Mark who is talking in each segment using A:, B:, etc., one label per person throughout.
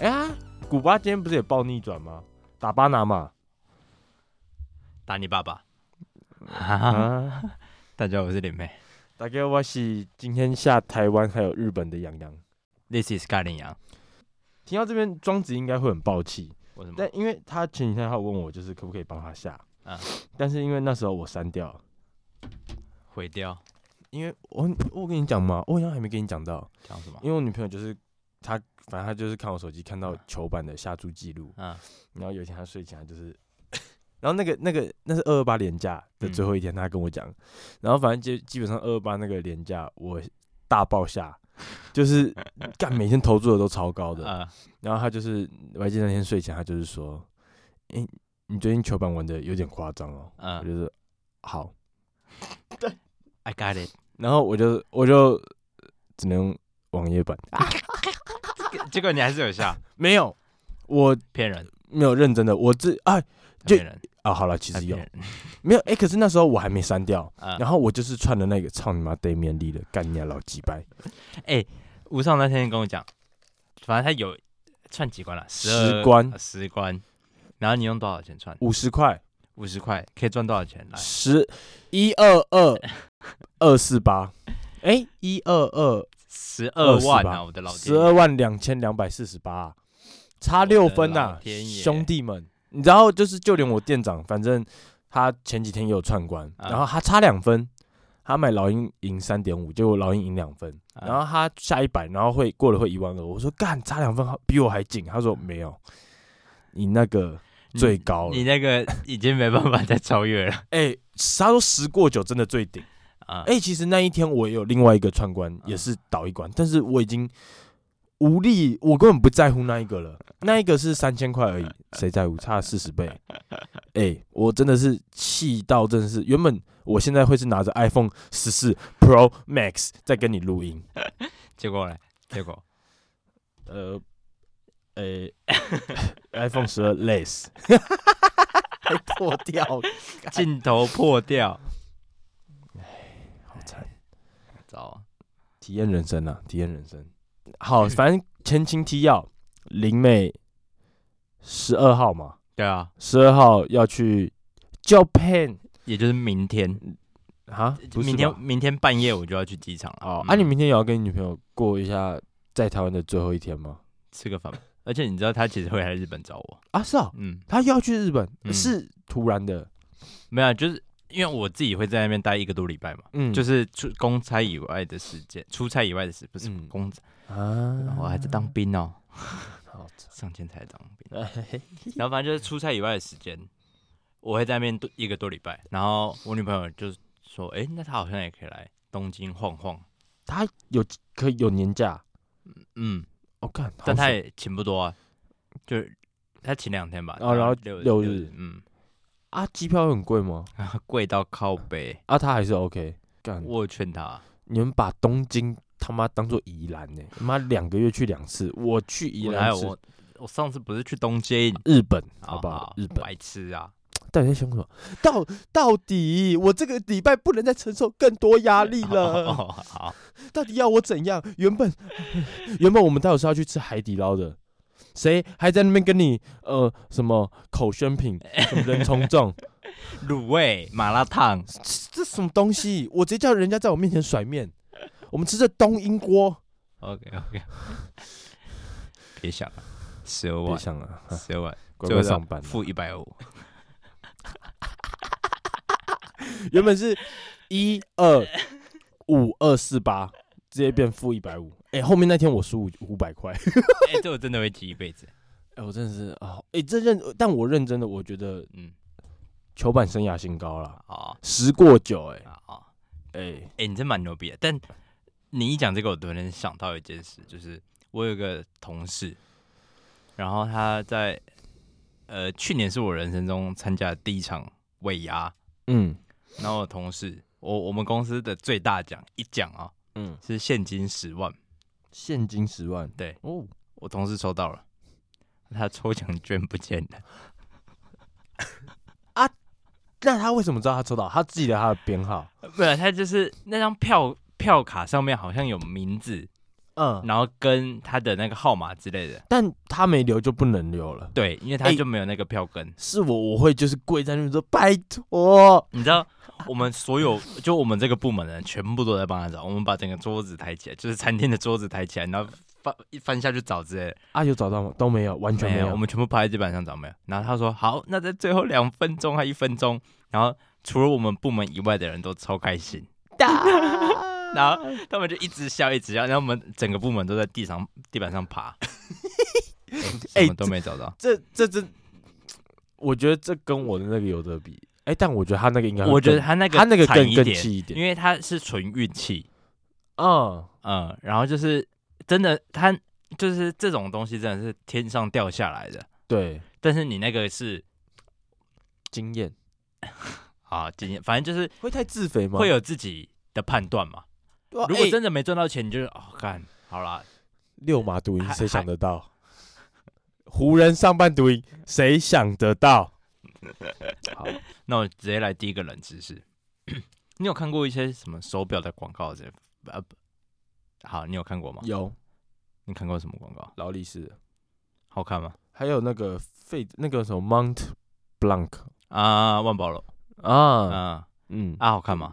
A: 哎古巴今天不是也爆逆转吗？打巴拿马
B: 打你爸爸。
A: 啊！
B: 大家好，我是林妹
A: 大概我是今天下台湾还有日本的洋洋。
B: ，This is 盖林阳。
A: 听到这边，庄子应该会很暴气，
B: 为什么？
A: 但因为他前几天他有问我，就是可不可以帮他下，
B: 啊
A: 但是因为那时候我删掉了，
B: 毁掉？
A: 因为我我跟你讲嘛，我好像还没跟你讲到，
B: 讲什么？
A: 因为我女朋友就是她，反正她就是看我手机看到球板的下注记录，
B: 嗯
A: 然后有一天她睡前她就是，然后那个那个那是二二八连假的最后一天，她跟我讲，然后反正就基本上二二八那个连假我大爆下，就是 干每天投注的都超高的，
B: 呃，
A: 然后她就是我还记得那天睡前她就是说，哎、你最近球板玩的有点夸张哦，我
B: 嗯
A: 就是好，
B: ，I got it
A: 然后我就我就只能用网页版，
B: 这个。结果你还是有效，
A: 没有我。
B: 骗人，
A: 没有认真的，我自啊就
B: 骗人，
A: 啊，好了，其
B: 他
A: 实有
B: 骗人。
A: 没有？哎、可是那时候我还没删掉，
B: 嗯
A: 然后我就是穿的那个操你妈对面力的干你娘老鸡 掰，
B: 吴尚那天跟我讲，反正他有串几关了，
A: 十
B: 12
A: 关
B: 呃十关。然后你用多少钱串？
A: 五十块，
B: 五十块可以赚多少钱？来，
A: 十一二二二四八，哎，一二二
B: 十二万
A: 28
B: 啊！我的老天
A: 十
B: 爷，
A: 二万两千两百四十八，差
B: 我
A: 六
B: 的
A: 分呐、
B: 老天爷
A: 兄弟们，你知道就是就连我店长，反正他前几天也有串关，
B: 啊
A: 然后他差两分。他买老鹰赢三点五，结果老鹰赢两分，
B: 啊
A: 然后他下一百，然后会过了会一万二。我说干，差两分比我还紧。他说没有，你那个
B: 你
A: 最高了
B: 嗯你。那个已经没办法再超越了
A: 哎、他说十过九真的最顶。
B: 啊！
A: 哎、其实那一天我也有另外一个串关，也是倒一关，但是我已经无力，我根本不在乎那一个了。那一个是三千块而已，谁在乎？差四十倍。哎、我真的是气到，真的是原本我现在会是拿着 iPhone 十四 Pro Max 在跟你录音。
B: 结果嘞，结果
A: 呃，呃、i p h o n e 十二 less 还破掉，干
B: 镜头破掉，
A: 好惨！
B: 糟啊！
A: 体验人生啊，体验人生。好，反正前情提要，林妹十二号嘛，
B: 对啊，
A: 十二号要去 Japan
B: 也就是明天，
A: 啊，不是
B: 明
A: 吧
B: 天明天半夜我就要去机场了。
A: 哦。
B: 嗯
A: 啊，你明天也要跟你女朋友过一下在台湾的最后一天吗？
B: 吃个饭吧。而且你知道他其实会来日本找我，
A: 啊，是啊，
B: 嗯，
A: 她又要去日本，
B: 嗯
A: 是突然的，
B: 没有啊，就是因为我自己会在那边待一个多礼拜嘛，
A: 嗯，
B: 就是是出公差以外的时间，出差以外的事，不是
A: 嗯
B: 公差，
A: 啊，
B: 我还在当兵哦，
A: 好惨
B: 上天才当兵， 然后反正就是出差以外的时间，我会在那边多一个多礼拜，然后我女朋友就说，哎，那她好像也可以来东京晃晃，
A: 他有可以有年假，
B: 嗯，
A: 我、看，好
B: 但她
A: 爽
B: 也请不多啊，就是她请两天吧，
A: 哦然后
B: 六
A: 六日
B: 日，嗯，
A: 啊，机票很贵吗？
B: 贵到靠北，
A: 啊，他还是 OK。干，
B: 我有劝她。
A: 你们把东京他妈当做宜兰呢、他妈两个月去两次，我去宜
B: 我
A: 兰
B: 哪有
A: 是
B: 我我上次不是去东京，
A: 日本，好不
B: 啊
A: 好？日本
B: 白 痴啊！
A: 到底在凶什么？到到底我这个礼拜不能再承受更多压力
B: 哦
A: 了，
B: 好，
A: 到底要我怎样？原本 原本我们待会是要去吃海底捞的。谁还在那边跟你呃什么口宣 品、什么人从众，
B: 卤味麻辣 烫，
A: 这什么东西？我直接叫人家在我面前甩面。我们吃这冬阴锅，
B: OK OK，别想了，十二
A: 别
B: 万，
A: 想了，
B: 十二万，
A: 乖
B: 最
A: 乖
B: 后
A: 上班
B: 是
A: 啊。
B: 付一百 五，
A: 原本是一二五二四八，直接变负一百五。哎，后面那天我输五五百块。
B: 哎，这我真的会记一辈子。
A: 哎，我真的是啊，哎，这认，但我认真的，我觉得
B: 嗯，
A: 球板生涯新高啦，
B: 好
A: 十过九，哎
B: 啊好，
A: 哎，
B: 哎，你真蛮牛逼的。但你一讲这个，我突然想到一件事，就是我有个同事，然后他在呃去年是我人生中参加的第一场尾牙，
A: 嗯
B: 然后我同事，我我们公司的最大奖一奖啊、
A: 嗯，
B: 是现金十万，
A: 现金十万，
B: 对
A: 哦，
B: 我同事抽到了，他抽奖券不见了，
A: 那他为什么知道他抽到？他记得
B: 呃
A: 他的编号
B: 不是他就是那张票票卡上面好像有名字，
A: 嗯，
B: 然后跟他的那个号码之类的。
A: 但他没留就不能留了。
B: 对，因为他
A: 哎
B: 就没有那个票根。
A: 是我，我会就是跪在那边说拜托，
B: 你知道，我们所有就我们这个部门的人全部都在帮他找，我们把整个桌子抬起来，就是餐厅的桌子抬起来，然后翻一翻下去找之类的。
A: 啊有找到吗？都没有，完全
B: 没
A: 没
B: 有，我们全部趴在地板上找没有。然后他说好，那在最后两分钟还一分钟，然后除了我们部门以外的人都超开心，然后他们就一直笑一直笑，然后我们整个部门都在地上地板上爬，哎、
A: 哎
B: 什么都没找到。
A: 这这这，我觉得这跟我的那个有得比。哎，但我觉得他那个应该会
B: 我觉得
A: 更
B: 他那个
A: 他那个
B: 惨
A: 更
B: 一
A: 更
B: 点
A: 气一点
B: 因为他是纯运气，
A: 嗯，
B: 嗯，然后就是真的，他就是这种东西真的是天上掉下来的，
A: 对，
B: 但是你那个是
A: 经验
B: 啊，今天反正就是
A: 会太自肥吗？
B: 会有自己的判断嘛。
A: 哇，
B: 如果
A: 哎
B: 真的没赚到钱，你就是哦，干好啦，
A: 六马独赢，
B: 还
A: 谁想得到？湖人上半独赢，谁想得到？好，
B: 那我直接来第一个冷知识。 你有看过一些什么手表的广告这？呃，不好，你有看过吗？
A: 有
B: 你看过什么广告？
A: 劳力士，
B: 好看吗？
A: 还有那个费那个什么 Mont Blanc
B: 啊，万宝龙，
A: 啊，
B: 啊
A: 嗯，
B: 啊，好看吗？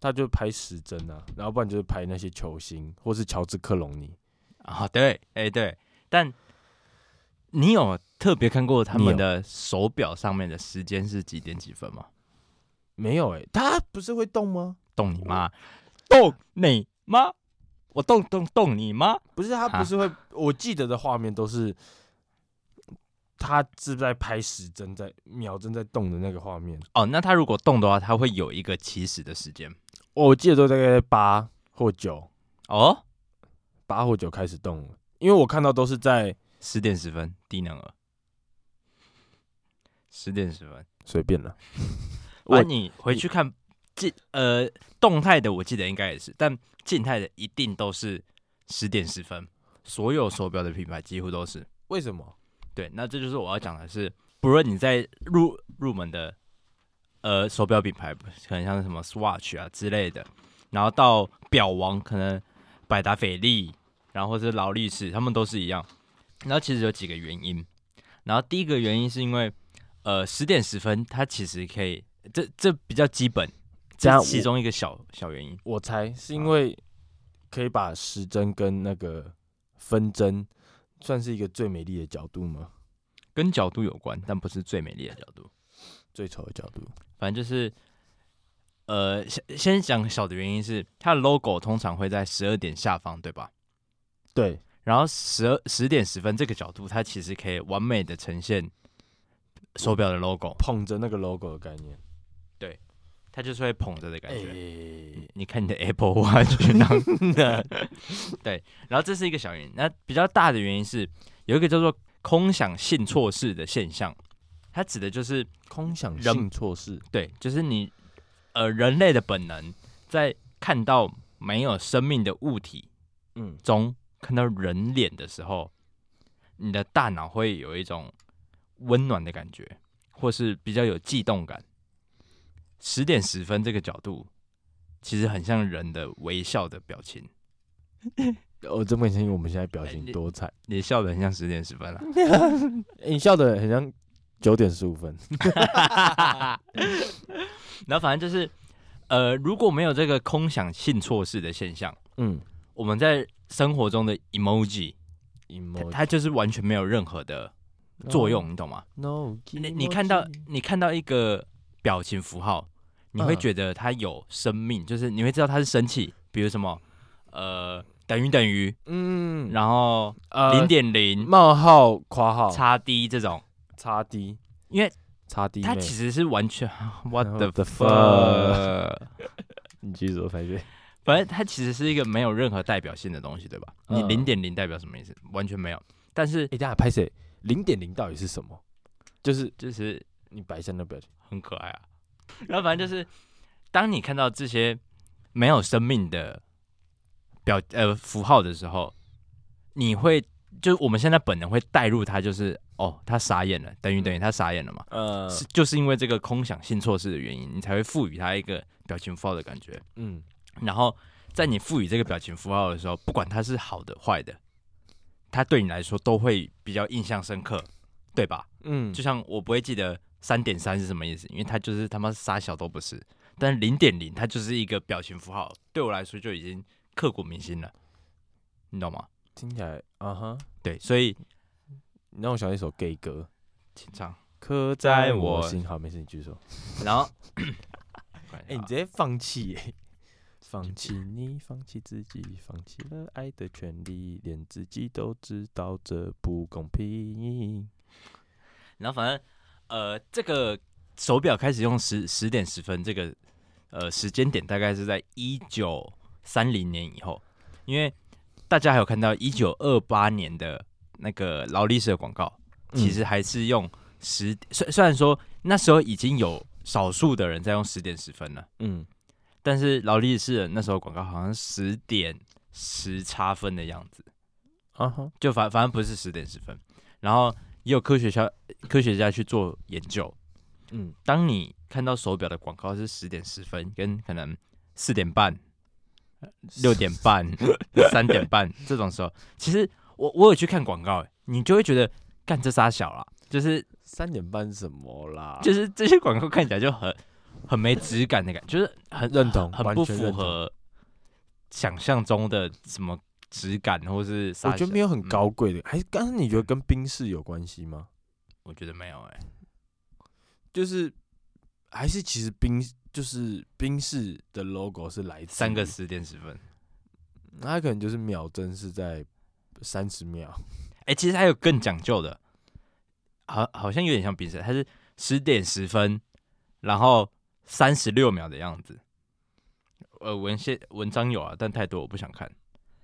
A: 他就拍时针啊，然后不然就是拍那些球星或是乔治克隆尼。
B: 啊，对，哎、对，但你有特别看过他
A: 你
B: 们
A: 有
B: 的手表上面的时间是几点几分吗？
A: 没有哎、他不是会动吗？
B: 动你妈，动你妈，我动动动你妈！
A: 不是，他
B: 哈
A: 不是会，我记得的画面都是他是在拍时针在秒针在动的那个画面。
B: 哦，那他如果动的话，他会有一个起始的时间
A: 哦，我记得都大概八或九，
B: 哦，
A: 八或九开始动了，因为我看到都是在
B: 十点十分，低能儿，十点十分。
A: 随便了。我
B: 那你回去看静呃动态的，我记得应该也是，但静态的一定都是十点十分，所有手表的品牌几乎都是。
A: 为什么？
B: 对，那这就是我要讲的是，不论你在入入门的呃手表品牌，可能像是什么 Swatch 啊之类的，然后到表王，可能百达翡丽，然后或是劳力士，他们都是一样。然后其实有几个原因，然后第一个原因是因为呃十点十分，它其实可以，这这比较基本，
A: 这
B: 这
A: 样
B: 是其
A: 我
B: 中一个小小原因。
A: 我猜是因为可以把时针跟那个分针算是一个最美丽的角度吗？
B: 跟角度有关，但不是最美丽的角度。
A: 最丑的角度。
B: 反正就是，呃，先先讲小的原因是，它的 logo 通常会在十二点下方，对吧？
A: 对，
B: 然后十二十点十分这个角度，它其实可以完美的呈现手表的 logo，
A: 捧着那个 logo 的概念。
B: 它就是会捧着的感
A: 哎
B: 觉。
A: 诶
B: 你看你的 Apple Watch，然后 对，然后这是一个小原因。那比较大的原因是有一个叫做空想性错视的现象，它指的就是
A: 空想
B: 人
A: 性错视。
B: 对，就是你呃人类的本能在看到没有生命的物体
A: 嗯，
B: 中看到人脸的时候，你的大脑会有一种温暖的感觉，或是比较有悸动感。十点十分这个角度，其实很像人的微笑的表情。
A: 我真不相信我们现在表
B: 哎
A: 情
B: 你
A: 多彩。
B: 你笑的很像十点十 分了、
A: 诶你笑的很像九点十五分。
B: 然后反正就是，呃，如果没有这个空想性错视的现象，
A: 嗯
B: 我们在生活中的 emoji，它
A: ，emoji，
B: 它就是完全没有任何的作
A: 哦
B: 用，你懂吗？
A: No，
B: 你你看到你看到一个表情符号，你会
A: 嗯
B: 觉得它有生命，就是你会知道它是生气，比如什么呃等于等于，
A: 嗯，
B: 然后
A: 呃
B: 零点零
A: 冒号括号
B: 叉 D 这种，
A: 叉 D
B: 因为
A: 叉 D，
B: 它其实是完全 what
A: What
B: the
A: the
B: fuck，
A: 你继续说才对。
B: 反正它其实是一个没有任何代表性的东西，对吧？你
A: 嗯
B: 零点零代表什么意思？完全没有，但是
A: 哎，大家拍谁？零点零到底是什么？就是
B: 就是
A: 你摆上的表情。
B: 很可爱啊。然后反正就是，当你看到这些没有生命的表呃符号的时候，你会就是我们现在本能会带入它，就是哦，他傻眼了，等于等于他傻眼了嘛，
A: 呃
B: 是就是因为这个空想性错视的原因，你才会赋予它一个表情符号的感觉。
A: 嗯，
B: 然后在你赋予这个表情符号的时候，不管它是好的坏的，它对你来说都会比较印象深刻，对吧？
A: 嗯，
B: 就像我不会记得三点三是什么意思，因为它就是他妈傻小都不是。但零点零它就是一个表情符号，对我来说就已经刻骨铭心了，你懂吗？
A: 听起来啊哈，
B: 对，所以
A: 你让我想到一首 gay 歌，
B: 请唱。
A: 刻
B: 在
A: 在我
B: 我
A: 心。好，没事，你继续说。
B: 然 后，啊
A: 哎、你直接放弃、哎，放弃你，放弃自己，放弃了爱的权利，连自己都知道这不公平。
B: 然后反正呃，这个手表开始用十十点十分这个呃时间点，大概是在一九三零年以后，因为大家还有看到一九二八年的那个劳力士的广告，
A: 嗯
B: 其实还是用十，虽虽然说那时候已经有少数的人在用十点十分了，
A: 嗯，
B: 但是劳力士的那时候广告好像十点十差分的样子。
A: 嗯啊哈，
B: 就反反正不是十点十分。然后也有科学家科学家去做研究，
A: 嗯
B: 当你看到手表的广告是十点十分，跟可能四点半、六点半、三点半这种时候，其实我我有去看广告、欸，你就会觉得干这仨小啦，啊就是
A: 三点半是什么啦？
B: 就是这些广告看起来就很很没质感的感觉，就是很
A: 认同
B: 很
A: 完
B: 不
A: 全
B: 符
A: 认同
B: 合想象中的什么质感，或是
A: 我
B: 啥
A: 觉得
B: 小
A: 没有很
B: 嗯
A: 高贵的，还是刚刚你觉得跟冰室有关系吗？
B: 我觉得没有哎、
A: 就是还是其实冰就是冰室的 logo 是来自
B: 三个
A: 于，
B: 十点十分。
A: 那它可能就是秒针是在三十秒，
B: 哎、其实还有更讲究的，好，好像有点像冰室，它是十点十分，然后三十六秒的样子。呃，文献文章有啊，但太多我不想看。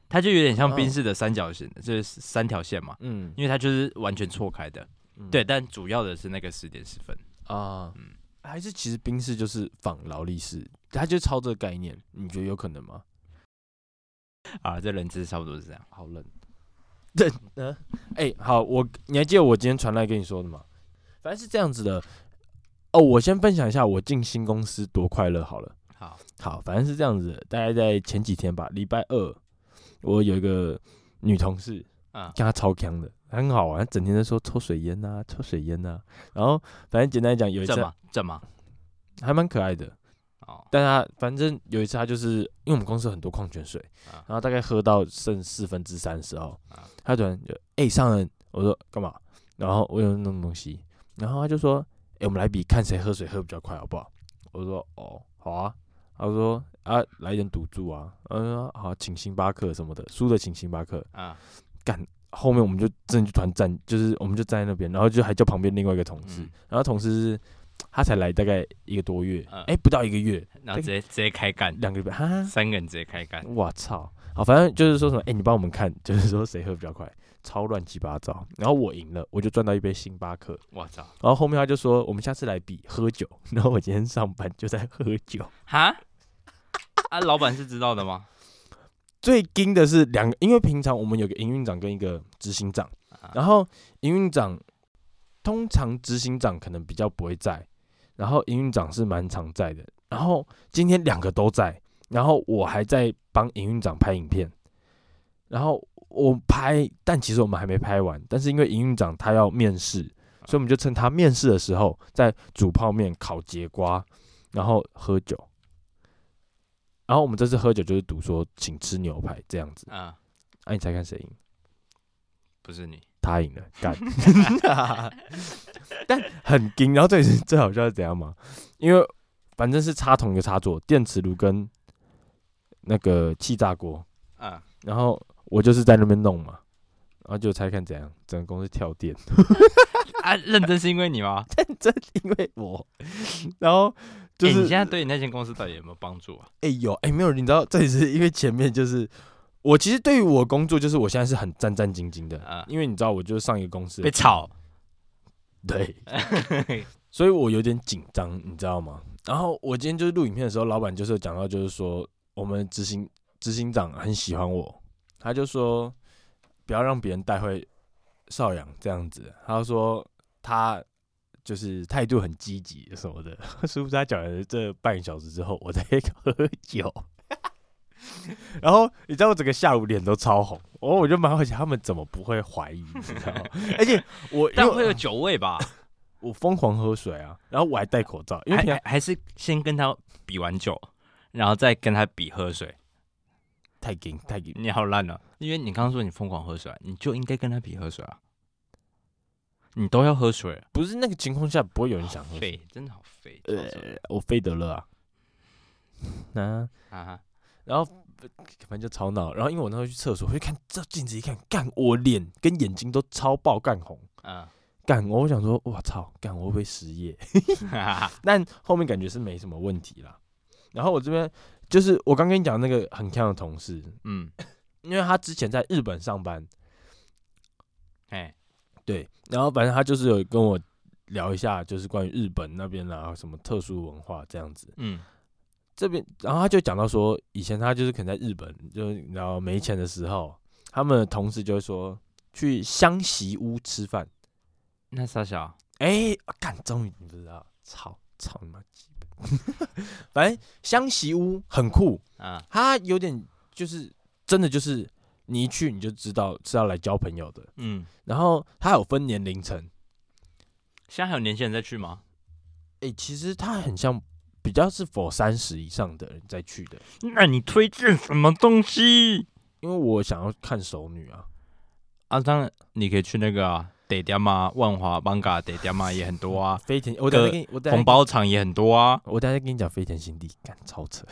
B: 它就有点
A: 哦
B: 像冰室的三角形，就是三条线嘛，
A: 嗯，
B: 因为它就是完全错开的。
A: 嗯
B: 对，但主要的是那个十点十分。
A: 啊
B: 嗯，
A: 还是其实冰室就是仿劳力士，它就抄这个概念，你觉得有可能吗？
B: 啊，这人资差不多是这样。
A: 好冷， 对，嗯、哎、好，我你还记得我今天传来跟你说的吗？反正是这样子的，哦，我先分享一下我进新公司多快乐好了。
B: 好，
A: 好，反正是这样子的，大概在前几天吧，礼拜二，我有一个女同事，
B: 嗯，
A: 跟她超强的，很好玩，她整天在说抽水烟呐、抽水烟呐、然后反正简单来讲，有一
B: 正
A: 次
B: 吗？正吗？
A: 还蛮可爱的，
B: 哦，
A: 但她反正有一次她就是因为我们公司有很多矿泉水，
B: 啊
A: 然后大概喝到剩四分之三的时候
B: 啊，
A: 她突然就哎、上人，我说干嘛？然后我有弄东西，然后她就说哎、我们来比看谁喝水喝比较快好不好？我说哦好啊，她说啊来一点赌注啊，嗯好请星巴克什么的，输的请星巴克，
B: 啊，
A: 后面我们就真的就团站，就是我们就站在那边，然后就还叫旁边另外一个同事，
B: 嗯
A: 然后同事是他才来大概一个多月，哎、
B: 嗯
A: 不到一个月，
B: 然后直接直接开干，
A: 两个礼拜，哈，
B: 三个人直接开干。
A: 我操，好，反正就是说什么，哎、你帮我们看， 就是说谁喝比较快，超乱七八糟，然后我赢了，我就赚到一杯星巴克，
B: 我操！
A: 然后后面他就说我们下次来比喝酒， 然后我今天上班就在喝酒，
B: 哈？啊，老板是知道的吗？
A: 最惊的是两个，因为平常我们有个营运长跟一个执行长。
B: 啊
A: 然后营运长通常执行长可能比较不会在，然后营运长是蛮常在的。然后今天两个都在，然后我还在帮营运长拍影片，然后我拍，但其实我们还没拍完，但是因为营运长他要面试，所以我们就趁他面试的时候，在煮泡面、烤节瓜，然后喝酒。然后我们这次喝酒就是赌说请吃牛排这样子，
B: 啊，
A: 哎、你猜看谁赢？
B: 不是 你，啊
A: 他赢了，干。但很惊，然后这里是最好笑是怎样嘛？因为反正是插同一个插座，电磁炉跟那个气炸锅，
B: 啊，
A: 然后我就是在那边弄嘛，然后就猜看怎样，整个公司跳电，
B: 啊，认真是因为你吗？
A: 因为我，然后 就
B: 欸
A: 是
B: 你现在对你那间公司到底有没有帮助啊？
A: 哎、有哎、没有，你知道这里是因为前面就是我其实对于我工作就是我现在是很战战兢兢的，
B: 啊，
A: 因为你知道我就是上一个公司
B: 被炒，
A: 对，所以我有点紧张，你知道吗？然后我今天就是录影片的时候，老板就是有讲到，就是说我们执行执行长很喜欢我，他就说不要让别人带回邵阳这样子，他说他就是态度很积极什 么的。殊不知他讲了这半个小时之后，我在喝酒，然后你知道我整个下午脸都超红，我我就蛮好奇他们怎么不会怀疑，你知道吗？而且我因
B: 但
A: 为
B: 会有酒味吧？
A: 我疯狂喝水啊，然后我还戴口罩，因为
B: 还
A: 平常
B: 还还是先跟他比完酒，然后再跟他比喝水。
A: 太紧太紧，
B: 你好烂啊！因为你刚刚说你疯狂喝水，啊你就应该跟他比喝水啊。你都要喝水，
A: 不是那个情况下不会有人想喝水。
B: 肥，真的好肥。
A: 呃，我费德勒啊， 那、
B: 啊哈，
A: 然后反正就吵闹，然后因为我那时候去厕所，我就看照镜子一看，干我脸跟眼睛都超爆干红，
B: 嗯，
A: 干我想说，我操，干我会不会失业？
B: 哈哈
A: 但后面感觉是没什么问题啦。然后我这边就是我刚跟你讲那个很强的同事，
B: 嗯，
A: 因为他之前在日本上班，
B: 哎，
A: 对，然后反正他就是有跟我聊一下，就是关于日本那边啊什么特殊文化这样子。
B: 嗯，
A: 这边，然后他就讲到说，以前他就是可能在日本，就是然后没钱的时候，他们的同事就会说去湘席屋吃饭。
B: 那傻小，
A: 哎、啊干、终于你不知道，操操你妈鸡巴！ 反正湘席屋很酷，
B: 啊，
A: 它有点就是真的就是你一去你就知道是要来交朋友的。
B: 嗯，
A: 然后它有分年龄层，
B: 现在还有年轻人在去吗？
A: 哎、其实它很像比较是否三十以上的人再去的，
B: 那你推荐什么东西
A: 因为我想要看熟女啊。
B: 啊？当然，你可以去那个啊，得爹妈、万华、邦嘎得爹妈也很多 啊，
A: 飞田，我等下
B: 个
A: 跟你，我等下
B: 红包场也很多啊。
A: 我等下再跟你讲飞田新地，干超扯。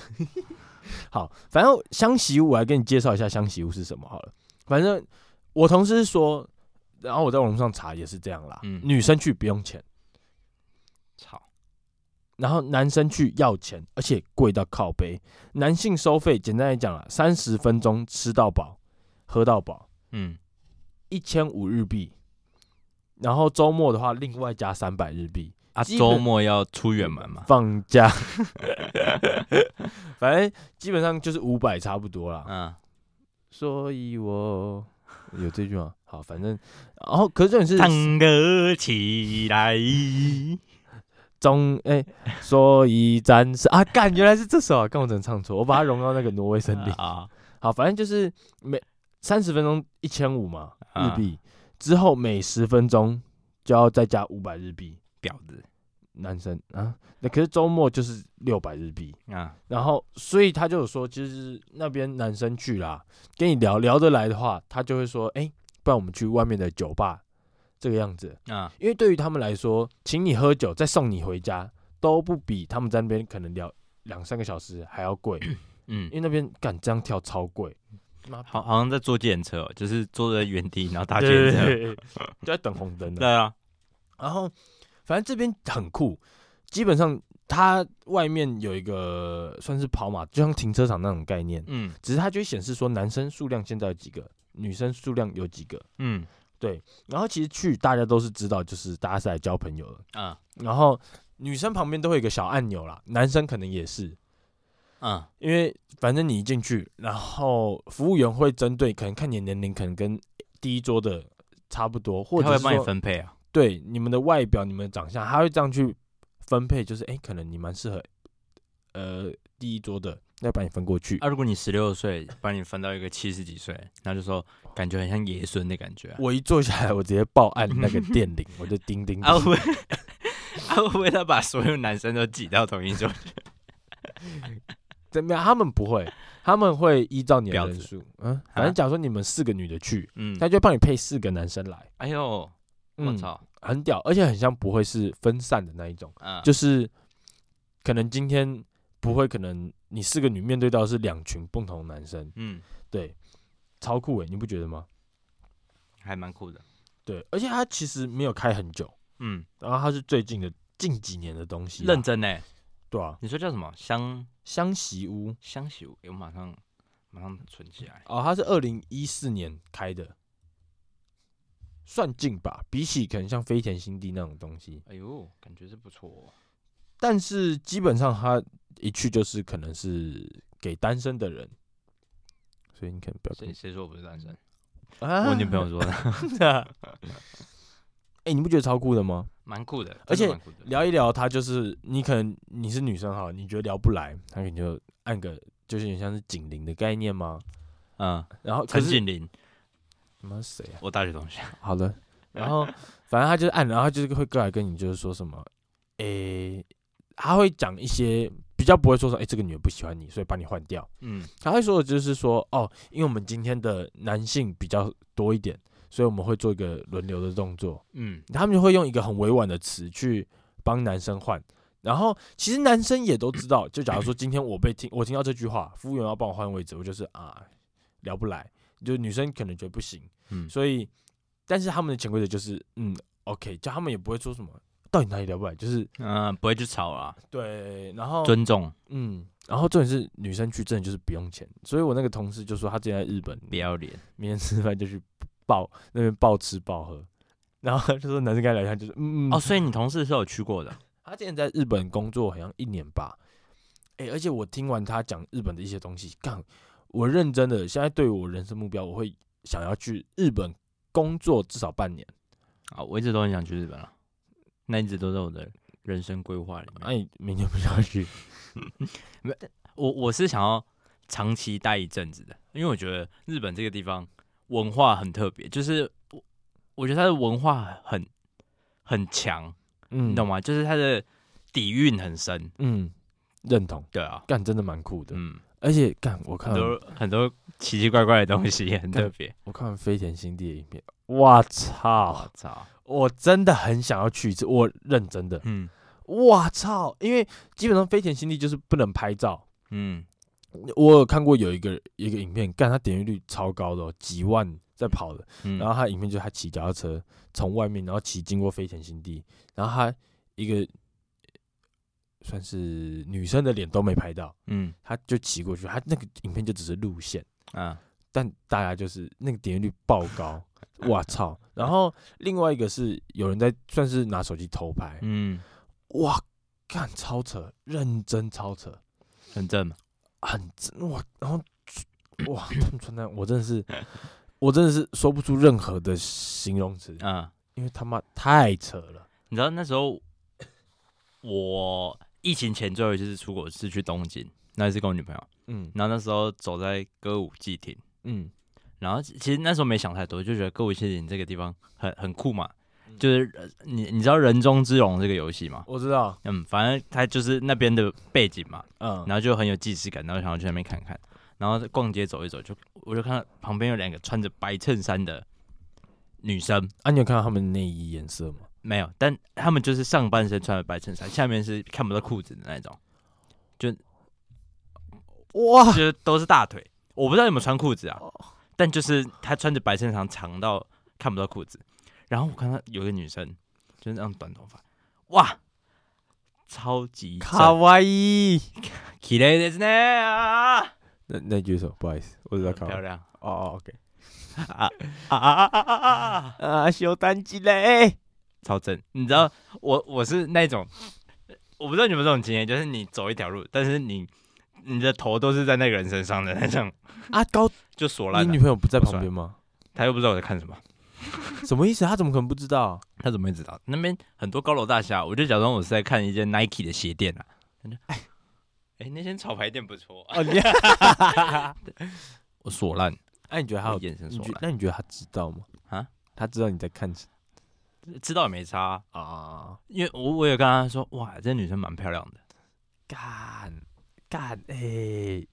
A: 好，反正湘席屋，我来跟你介绍一下湘席屋是什么好了。反正我同事是说，然后我在网络上查也是这样啦。
B: 嗯
A: 女生去不用钱，
B: 操，
A: 然后男生去要钱，而且贵到靠背。男性收费，简单来讲啦，三十分钟吃到饱，喝到饱，
B: 嗯，
A: 一千五日币。然后周末的话，另外加三百日币。
B: 啊，
A: 基本
B: 周末要出远门嘛？
A: 放假，反正基本上就是五百差不多啦。
B: 嗯，
A: 所以我有这句吗？好，反正然后可是重点是
B: 唱歌起来，
A: 中哎、所以暂时啊，干原来是这首啊，干我真的唱错，我把它融到那个挪威森林。
B: 啊，
A: 好，反正就是每三十分钟一千五嘛日
B: 啊
A: 币，之后每十分钟就要再加五百日币，
B: 婊子
A: 男生啊，那可是周末就是六百日币。
B: 啊，
A: 然后，所以他就有说，就是那边男生去啦，跟你聊聊得来的话，他就会说，哎、不然我们去外面的酒吧，这个样子。
B: 啊，
A: 因为对于他们来说，请你喝酒再送你回家，都不比他们在那边可能聊两三个小时还要 贵，
B: 嗯
A: 因，为那边敢这样跳超贵，妈
B: 好，好像在坐电车哦，就是坐在原地，然后搭
A: 对
B: 电
A: 对
B: 车。
A: 对 对就在等红灯
B: 对
A: 的。
B: 啊，
A: 然后，反正这边很酷，基本上它外面有一个算是跑马，就像停车场那种概念。
B: 嗯
A: 只是它就会显示说男生数量现在有几个，女生数量有几个。
B: 嗯
A: 然后其实去大家都是知道，就是大家是来交朋友的。
B: 啊
A: 然后女生旁边都会有一个小按钮啦，男生可能也是，
B: 嗯
A: 因为反正你一进去，然后服务员会针对可能看你的年龄，可能跟第一桌的差不多，或
B: 他
A: 者
B: 会
A: 是
B: 帮你
A: 说
B: 分配啊。
A: 对你们的外表、你们的长相，他会这样去分配，就是哎，可能你蛮适合呃第一桌的，那把你分过去。
B: 啊，如果你十六岁，把你分到一个七十几岁，然后就说感觉很像爷孙的感觉啊。
A: 我一坐下来，我直接报案那个 电铃，我就叮叮
B: 啊
A: 叮
B: 会。不会啊会不会他把所有男生都挤到同 一桌？
A: 怎么样？他们不会，他们会依照你的
B: 婊
A: 人
B: 子
A: 数，嗯，反正假如说你们四个女的去，
B: 啊嗯，
A: 他就会帮你配四个男生来。
B: 哎呦，我
A: 嗯，
B: 操，
A: 很屌，而且很像不会是分散的那一种，
B: 嗯，
A: 就是可能今天不会，可能你四个女面对到的是两群不同的男生，
B: 嗯，
A: 对，超酷欸诶，你不觉得吗？
B: 还蛮酷的。
A: 对，而且他其实没有开很久，
B: 嗯，
A: 然后他是最近的近几年的东西啦，
B: 认真呢。
A: 对啊，
B: 你说叫什么香
A: 香席屋
B: 香喜屋？哎我马上马上存起来。
A: 哦，它是二零一四年开的，算近吧。比起可能像飞田新地那种东西，
B: 哎呦，感觉是不错哦。
A: 但是基本上它一去就是可能是给单身的人，所以你可能不要啊
B: 谁谁说我不是啊单身？
A: 跟
B: 我女朋友 说的。
A: 友。 哎、你不觉得超酷的吗？
B: 蛮酷 的，
A: 而
B: 真
A: 且
B: 的蛮酷的
A: 聊一聊，他就是你可能你是女生哈，你觉得聊不来，他可能就按个就是有点像是警铃的概念吗？
B: 嗯，
A: 然后可
B: 陈
A: 是
B: 景林，
A: 什么谁啊？
B: 我大学同学，
A: 好的，然后反正他就是按，然后他就是会过来跟你就是说什么，诶、他会讲一些比较不会说说，诶、这个女人不喜欢你，所以把你换掉。
B: 嗯
A: 他会说的就是说，哦，因为我们今天的男性比较多一点，所以我们会做一个轮流的动作。
B: 嗯
A: 他们就会用一个很委婉的词去帮男生换。然后其实男生也都知道，就假如说今天我被听我听到这句话，服务员要帮我换位置，我就是啊聊不来，就女生可能觉得不行，
B: 嗯，
A: 所以但是他们的潜规则就是嗯 OK，就他们也不会说什么到底哪里聊不来，就是
B: 嗯，不会去吵啦，
A: 对，然后
B: 尊重，
A: 嗯，然后重点是女生去真的就是不用钱，所以我那个同事就说他之前在日本，
B: 不要脸，
A: 明天吃饭就去暴那边暴吃暴喝，然后就说男生跟他聊天就是嗯嗯
B: 哦，所以你同事是有去过的，
A: 他之前在日本工作好像一年吧，哎、而且我听完他讲日本的一些东西，干，我认真的，现在对我人生目标，我会想要去日本工作至少半年。
B: 啊，我一直都很想去日本了，那一直都在我的人生规划里面。
A: 哎、明天不想去，
B: 我我是想要长期待一阵子的，因为我觉得日本这个地方文化很特别，就是我我觉得它的文化很很强，
A: 嗯
B: 你懂？吗？就是它的底蕴很深。
A: 嗯，认同，
B: 对啊，
A: 干真的蛮酷的，
B: 嗯，
A: 而且干我看
B: 很
A: 完
B: 多很多奇奇怪怪的东西也很特 别。
A: 我看完飞田新地的影片，我
B: 我
A: 操，
B: 操，
A: 我真的很想要去一次，我认真的，
B: 嗯
A: 我操，因为基本上飞田新地就是不能拍照，
B: 嗯，
A: 我有看过有一个一个影片，干他点击率超高的、哦，几万在跑的。
B: 嗯
A: 然后他影片就是他骑脚踏车从外面，然后骑经过飞田新地，然后他一个算是女生的脸都没拍到，
B: 嗯
A: 他就骑过去。他那个影片就只是路线，
B: 啊
A: 但大家就是那个点击率爆 高，我操！然后另外一个是有人在算是拿手机偷拍，
B: 嗯，
A: 哇，干超扯，认真超扯。
B: 很正嘛。
A: 很真哇，然后哇，他们穿的我真的是，我真的是说不出任何的形容词，
B: 嗯，
A: 因为他妈太扯了。
B: 你知道那时候我疫情前最后一次出国是去东京，那一次跟我女朋友，
A: 嗯
B: 然后那时候走在歌舞伎町。
A: 嗯
B: 然后其其实那时候没想太多，就觉得歌舞伎町这个地方很很酷嘛
A: 嗯，
B: 就是呃你你知道人中之龙这个游戏吗？
A: 我知道，
B: 嗯，反正它就是那边的背景嘛，
A: 嗯
B: 然后就很有既视感，然后想要去那边看看，然后逛街走一走，就我就看到旁边有两个穿着白衬衫的女生，
A: 啊，你有看到他们内衣颜色吗？
B: 没有，但她们就是上半身穿着白衬衫，下面是看不到裤子的那种，
A: 哇，
B: 就是都是大腿，我不知道有没有穿裤子啊，但就是她穿着白衬衫长到看不到裤子，然后我看到有一个女生就是那样短头发，哇，超级
A: 卡
B: 正，
A: 哇 伊，
B: 綺麗ですね啊，
A: 那那句是什么？不好意思，我知道卡哇
B: 漂
A: 伊。
B: 亮
A: 哦哦，OK，
B: 啊啊啊啊啊啊啊，
A: 啊，修单机嘞，
B: 超正，你知道我我是那种，我不知道你有没有这种经验，就是你走一条路，但是你你的头都是在那个人身上的那种，
A: 啊，高，
B: 就锁
A: 你
B: 烂
A: 女
B: 了，
A: 朋啊友不在
B: 我
A: 旁
B: 算
A: 边吗？
B: 他又不知道我在看什么。
A: 什么意思？她怎么可能不知道？
B: 他怎么会知道？那边很多高楼大厦，我就假装我是在看一间 Nike 的鞋店啊。他就哎哎，那间潮牌店不错、啊
A: 哦，你，
B: 我锁烂，
A: 那你觉得她
B: 他
A: 有？
B: 眼神
A: 你
B: 锁
A: 觉那你觉得她知道吗？
B: 啊，
A: 她知道你在看什
B: 烂，知道也没差啊、
A: 么啊？
B: 因为我我有跟他说，哇，这女生蛮漂亮的。
A: 干干哎，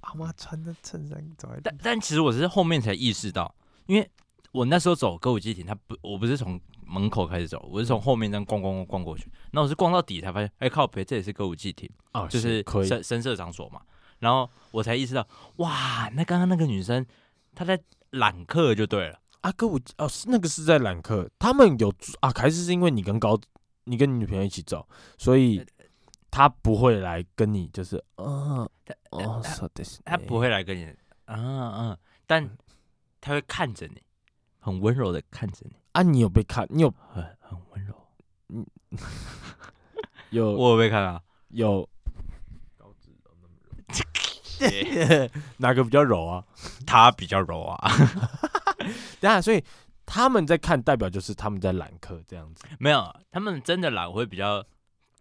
A: 阿妈穿的衬衫走来
B: 但但其实我是后面才意识到，因为我那时候走歌舞伎町，他不，我不是从门口开始走，我是从后面这样逛逛逛逛过去。那我是逛到底才发现，哎、靠北，这也是歌舞伎町，
A: 哦，
B: 就是
A: 可以，
B: 深深色场所嘛。然后我才意识到，哇，那刚刚那个女生她在揽客就对了。
A: 阿哥我哦是那个是在揽客，他们有住啊，还是是因为你跟高你跟你女朋友一起走，所以他不会来跟你就是啊
B: 他
A: 哦，
B: 他
A: そうですね
B: 他不会来跟你，啊啊，但他会看着你，很温柔的看着你，
A: 啊，你有被看，你有
B: 很很温柔。
A: 有
B: 我有被看啊，
A: 有。 哪个比较柔啊？
B: 他比较柔啊，
A: 对啊，所以他们在看，代表就是他们在揽客这样子。
B: 没有，他们真的懒会比较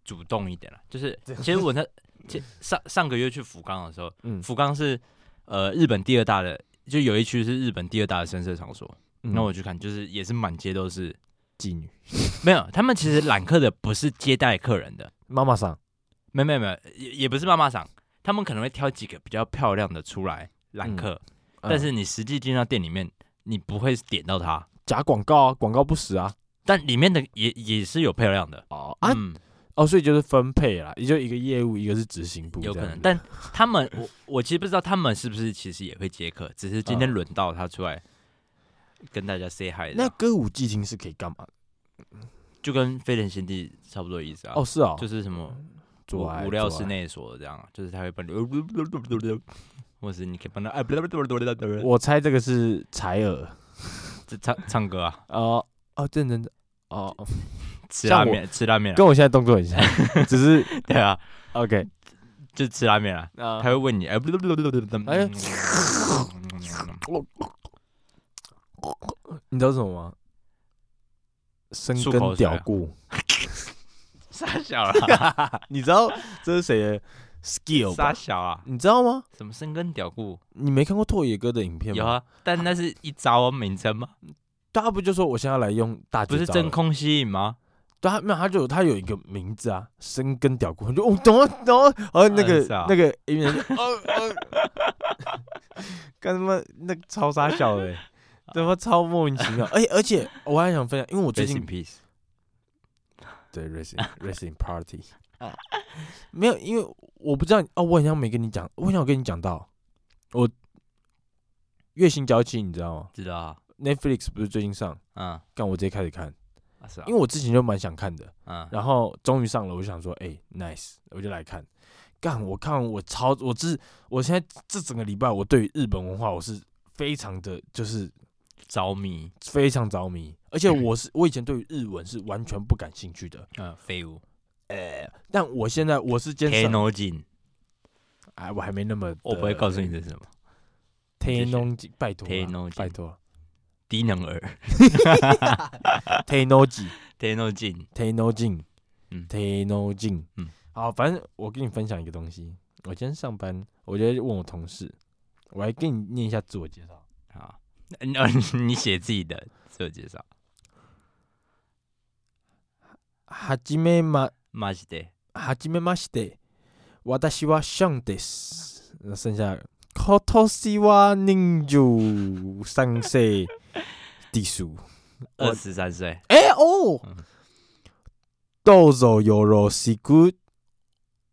B: 主动一点了。就是其实我那前上上个月去福冈的时候，
A: 嗯
B: 福冈是呃日本第二大的，就有一区是日本第二大的深色场所。
A: 嗯
B: 那我去看，就是也是满街都是，
A: 妓女
B: 没有，他们其实揽客的不是接待客人的，
A: 妈妈桑，
B: 没有没有没有，也也不是妈妈桑，他们可能会挑几个比较漂亮的出来揽客，
A: 嗯
B: 但是你实际进到店里面，你不会点到它，
A: 假广告啊，广告不实啊。
B: 但里面的也也是有漂亮的
A: 哦啊
B: 嗯，
A: 哦，所以就是分配啦，也就一个业务，一个是执行部这
B: 有
A: 样
B: 可
A: 子，
B: 能，但他们我我其实不知道他们是不是其实也会接客，只是今天
A: 嗯
B: 轮到他出来跟大家 say hi，
A: 那
B: 那
A: 歌舞伎町是可以干嘛的？
B: 就跟飞人新地差不多意思啊，
A: 哦，是哦，
B: 就是什么
A: 做爱
B: 无无料
A: 做
B: 室
A: 爱
B: 内所这样，啊就是他会帮你， 或是你可以帮他哎，
A: 我猜这个是采耳
B: 这 唱唱歌啊，
A: 哦哦，真真的 哦，哦
B: 吃
A: 像
B: 拉
A: 我
B: 面吃拉面啊，
A: 跟我现在动作很 像，只是
B: 对啊，
A: OK
B: 就吃拉面啊，
A: 啊
B: 他，会问你哎，
A: 哎你知道是什么吗？生
B: 漱口
A: 根
B: 水
A: 屌
B: 啊
A: 固，
B: 傻小啊啦，
A: 你知道这是谁的 skill
B: 傻
A: 吧？
B: 小啊，
A: 你知道吗？
B: 什么深根屌固
A: 你没看过拓野哥的影片吗？
B: 有啊，但那是一招啊名称吗？
A: 大家不就说我现在要来用大绝
B: 不是
A: 招
B: 真
A: 了
B: 空吸引吗？
A: 对啊，没有，他就有他有一个名字啊，生根屌固，就哦，懂了懂了，然后那个、
B: 嗯是啊
A: 那个 A 面就，呃哦哦， 干他妈那个超傻笑的欸，他妈超莫名其妙。哎、而且我还想分享，因为我最
B: Rest
A: 近
B: in peace，
A: 对 racing racing party 没有，因为我不知道哦，我好像没跟你讲，我好像有跟你讲到我月薪娇妻，你知道吗
B: 知道啊，
A: ？Netflix 不是最近上，
B: 嗯，啊
A: 干我直接开始看，
B: 是啊
A: 因，为我之前就蛮想看的。
B: 嗯，
A: 然后终于上了，我就想说，哎、n i c e 我就来看。干，我看我超，我这我现在这整个礼拜，我对于日本文化我是非常的，就是
B: 着迷，
A: 非常着迷，而且
B: 嗯
A: 我是我以前对于日文是完全不感兴趣的，呃
B: 嗯，飞舞
A: 但我现在我是
B: t
A: 坚
B: e
A: 持，
B: n o j i n
A: 哎，我还没那么的，
B: 我不会告诉你这是什么
A: 天
B: 谢
A: 龙记，拜托啦，
B: 天龙记
A: 拜托啊
B: 低能儿
A: 天龙记，
B: t e n o j i n
A: 天龙镜，
B: 嗯
A: 天龙镜，
B: 嗯，
A: 好，反正我跟你分享一个东西，我今天上班，我就问我同事，我还跟你念一下自我介绍。
B: 啊， 嗯呃你写自己的自我介绍，
A: はじめま、
B: マジで
A: はじめまして。私はションです。那剩下今年は23歳 です。我
B: 二十三岁，
A: え、おう
B: うん
A: どうぞよろしく。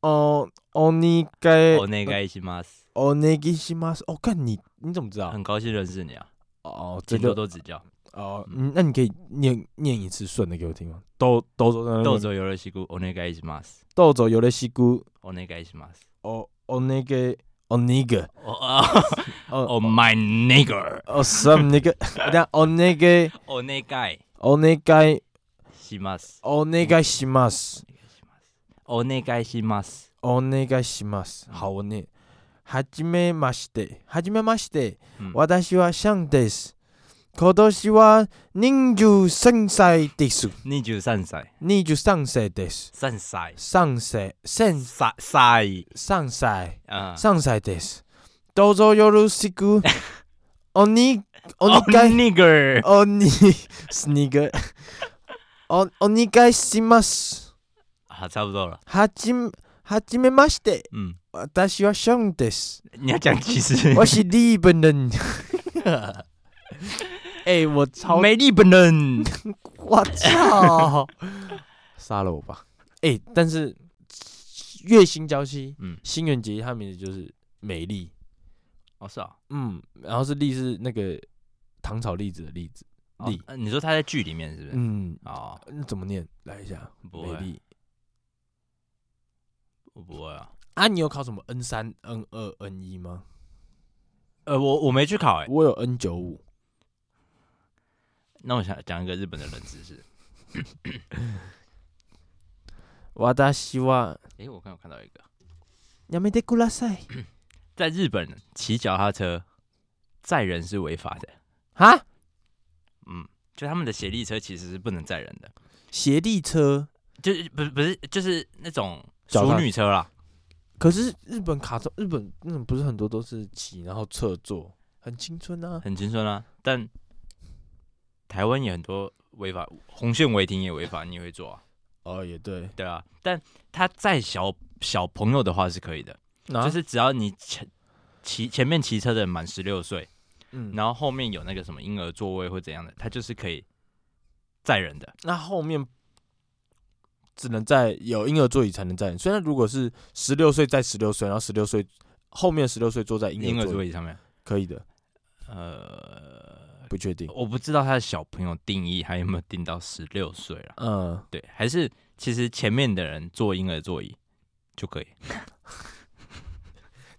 A: お、お願
B: 我
A: い、
B: 那个一起 m
A: お願いします。哦，看你，你怎么知道？
B: 很高兴认识你啊，
A: 哦，这
B: 请多
A: 就
B: 多指教。
A: 哦，嗯那你可以念念一次顺的给我听吗？どうどうぞ
B: 豆子游乐西谷，我那个一起 m
A: どうぞよろしく。
B: 我那个一起 m
A: お、お願い、お願い。
B: 我 啊，
A: 哦
B: 哦，my nigger，
A: 哦，什么那个？那お願い、
B: 我那个
A: お願い、
B: します，
A: お願いします。
B: 我那个します。
A: お願いします。好，我念。はじめまして。はじめまして。
B: 嗯
A: 私はシャンです。今年は23歳です。
B: 二十三歳
A: 23歳です。
B: 三歳
A: 3歳、3
B: 三歳
A: 歳、
B: あー
A: 3歳です。どうぞよろし く。おに、お
B: 哦
A: 願い。
B: nigger
A: おに、すにぐ。お、お願いします。
B: あ啊差不多了
A: はじめ、はじめまして。
B: 嗯
A: 私はションです。
B: 你要讲其 实
A: 我是日本 人。哎、我操！
B: 美丽本 人
A: 我操！杀了我吧！哎、但是月薪娇妻，
B: 嗯
A: 新垣结衣，她名字就是美丽，
B: 哦是啊
A: 嗯，然后是栗是那个糖炒栗子的栗子，
B: 哦
A: 栗，
B: 呃你说他在剧里面是不是
A: 嗯，
B: 哦
A: 那怎么念？来一下，
B: 不
A: 美
B: 会
A: 丽
B: 我不会啊
A: 啊！你有考什么 N 三、N 二、N 一吗？
B: 呃我我没去考哎
A: 我有 N 九五，
B: 那我想讲一个日本的冷知识
A: 私は
B: 哎我刚有看到一个
A: やめてください。
B: 在日本骑脚踏车载人是违法的
A: 哈，
B: 嗯就他们的协力车其实是不能载人的
A: 斜地车
B: 就是不是不是就是那种
A: 脚踏
B: 淑女车啦
A: 可是日本卡通，日本那种不是很多都是骑然后侧坐，很青春啊。
B: 很青春啊。但台湾也很多违法，红线违停也违法，你也会做啊，
A: 哦，也对，
B: 对啊。但他在小小朋友的话是可以的，
A: 就
B: 就是只要你前骑前面骑车的人满十六岁，
A: 嗯，
B: 然后后面有那个什么婴儿座位或怎样的，他就是可以载人的。
A: 那后面只能在有婴儿座椅才能载人。虽然如果是十六岁在十六岁，然后十六岁后面十六岁坐在婴
B: 婴
A: 儿
B: 儿
A: 座
B: 座
A: 椅，
B: 椅上面，
A: 可以的，
B: 呃，
A: 不确定。
B: 我不知道他的小朋友定义还有没有定到十六岁了。
A: 嗯，
B: 对，还是其实前面的人坐婴儿座椅就可以。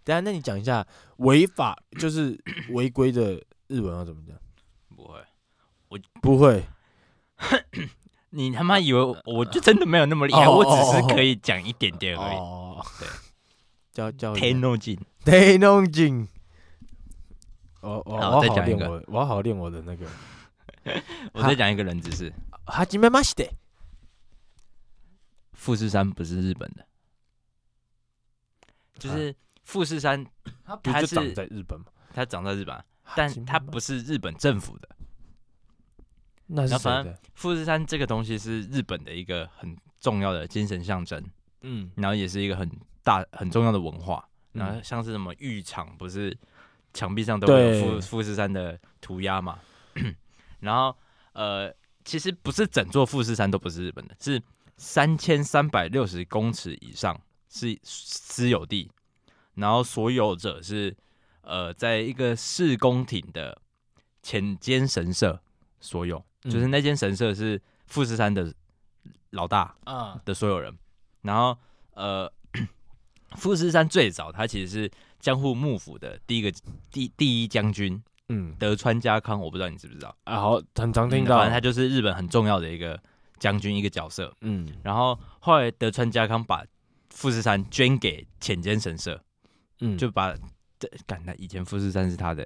A: 等一下，那你讲一下违法就是违规的日文要怎么讲？
B: 不会，
A: 不会，
B: 你他妈以为我我就真的没有那么厉害，
A: 哦
B: 我只是可以讲一点点而已。
A: 哦，
B: 对，
A: 教教
B: t e n o j i
A: 天弄进。我哦我我
B: 好
A: 要
B: 再
A: 好
B: 讲一
A: 练
B: 个
A: 我，我要好练我的那个。
B: 我再讲一个人知识，
A: 哈基梅马西的
B: 富士山不是日本的，就是富士山，
A: 他不
B: 它
A: 就是长在日本吗？
B: 它长在日本啊，
A: 哈基
B: 但
A: 梅
B: 它
A: 马
B: 不是日本政府的。
A: 那是
B: 然后
A: 谁
B: 反
A: 的？
B: 富士山这个东西是日本的一个很重要的精神象征，
A: 嗯，
B: 然后也是一个很大很重要的文化。然后
A: 嗯
B: 像是什么浴场，不是墙壁上都会有
A: 对
B: 富富士山的涂鸦嘛？ 然后呃，其实不是整座富士山都不是日本的，是三千三百六十公尺以上是私有地，然后所有者是呃，在一个市宫廷的浅间神社所有，就是
A: 嗯
B: 那间神社是富士山的老大，
A: 啊，
B: 的所有人。然后呃，富士山最早它其实是江户幕府的第一个第第一将军
A: 嗯
B: 德川家康，我不知道你知不知道，
A: 啊，好，很常听
B: 嗯
A: 到
B: 反正，他就是日本很重要的一个将军一个角色。
A: 嗯
B: 然后后来德川家康把富士山捐给浅间神社，
A: 嗯，
B: 就把这干他以前富士山是他的、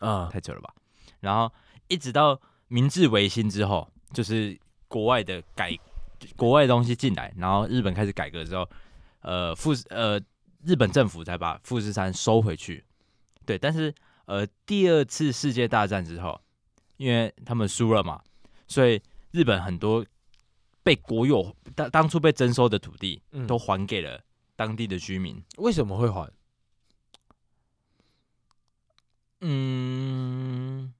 B: 欸
A: 啊，
B: 太扯了吧？然后一直到明治维新之后，就是国外的改国外的东西进来，然后日本开始改革之后，呃，富士呃日本政府才把富士山收回去。对，但是呃第二次世界大战之后，因为他们输了嘛，所以日本很多被国有当当初被征收的土地
A: 嗯
B: 都还给了当地的居民。
A: 为什么会还？
B: 嗯，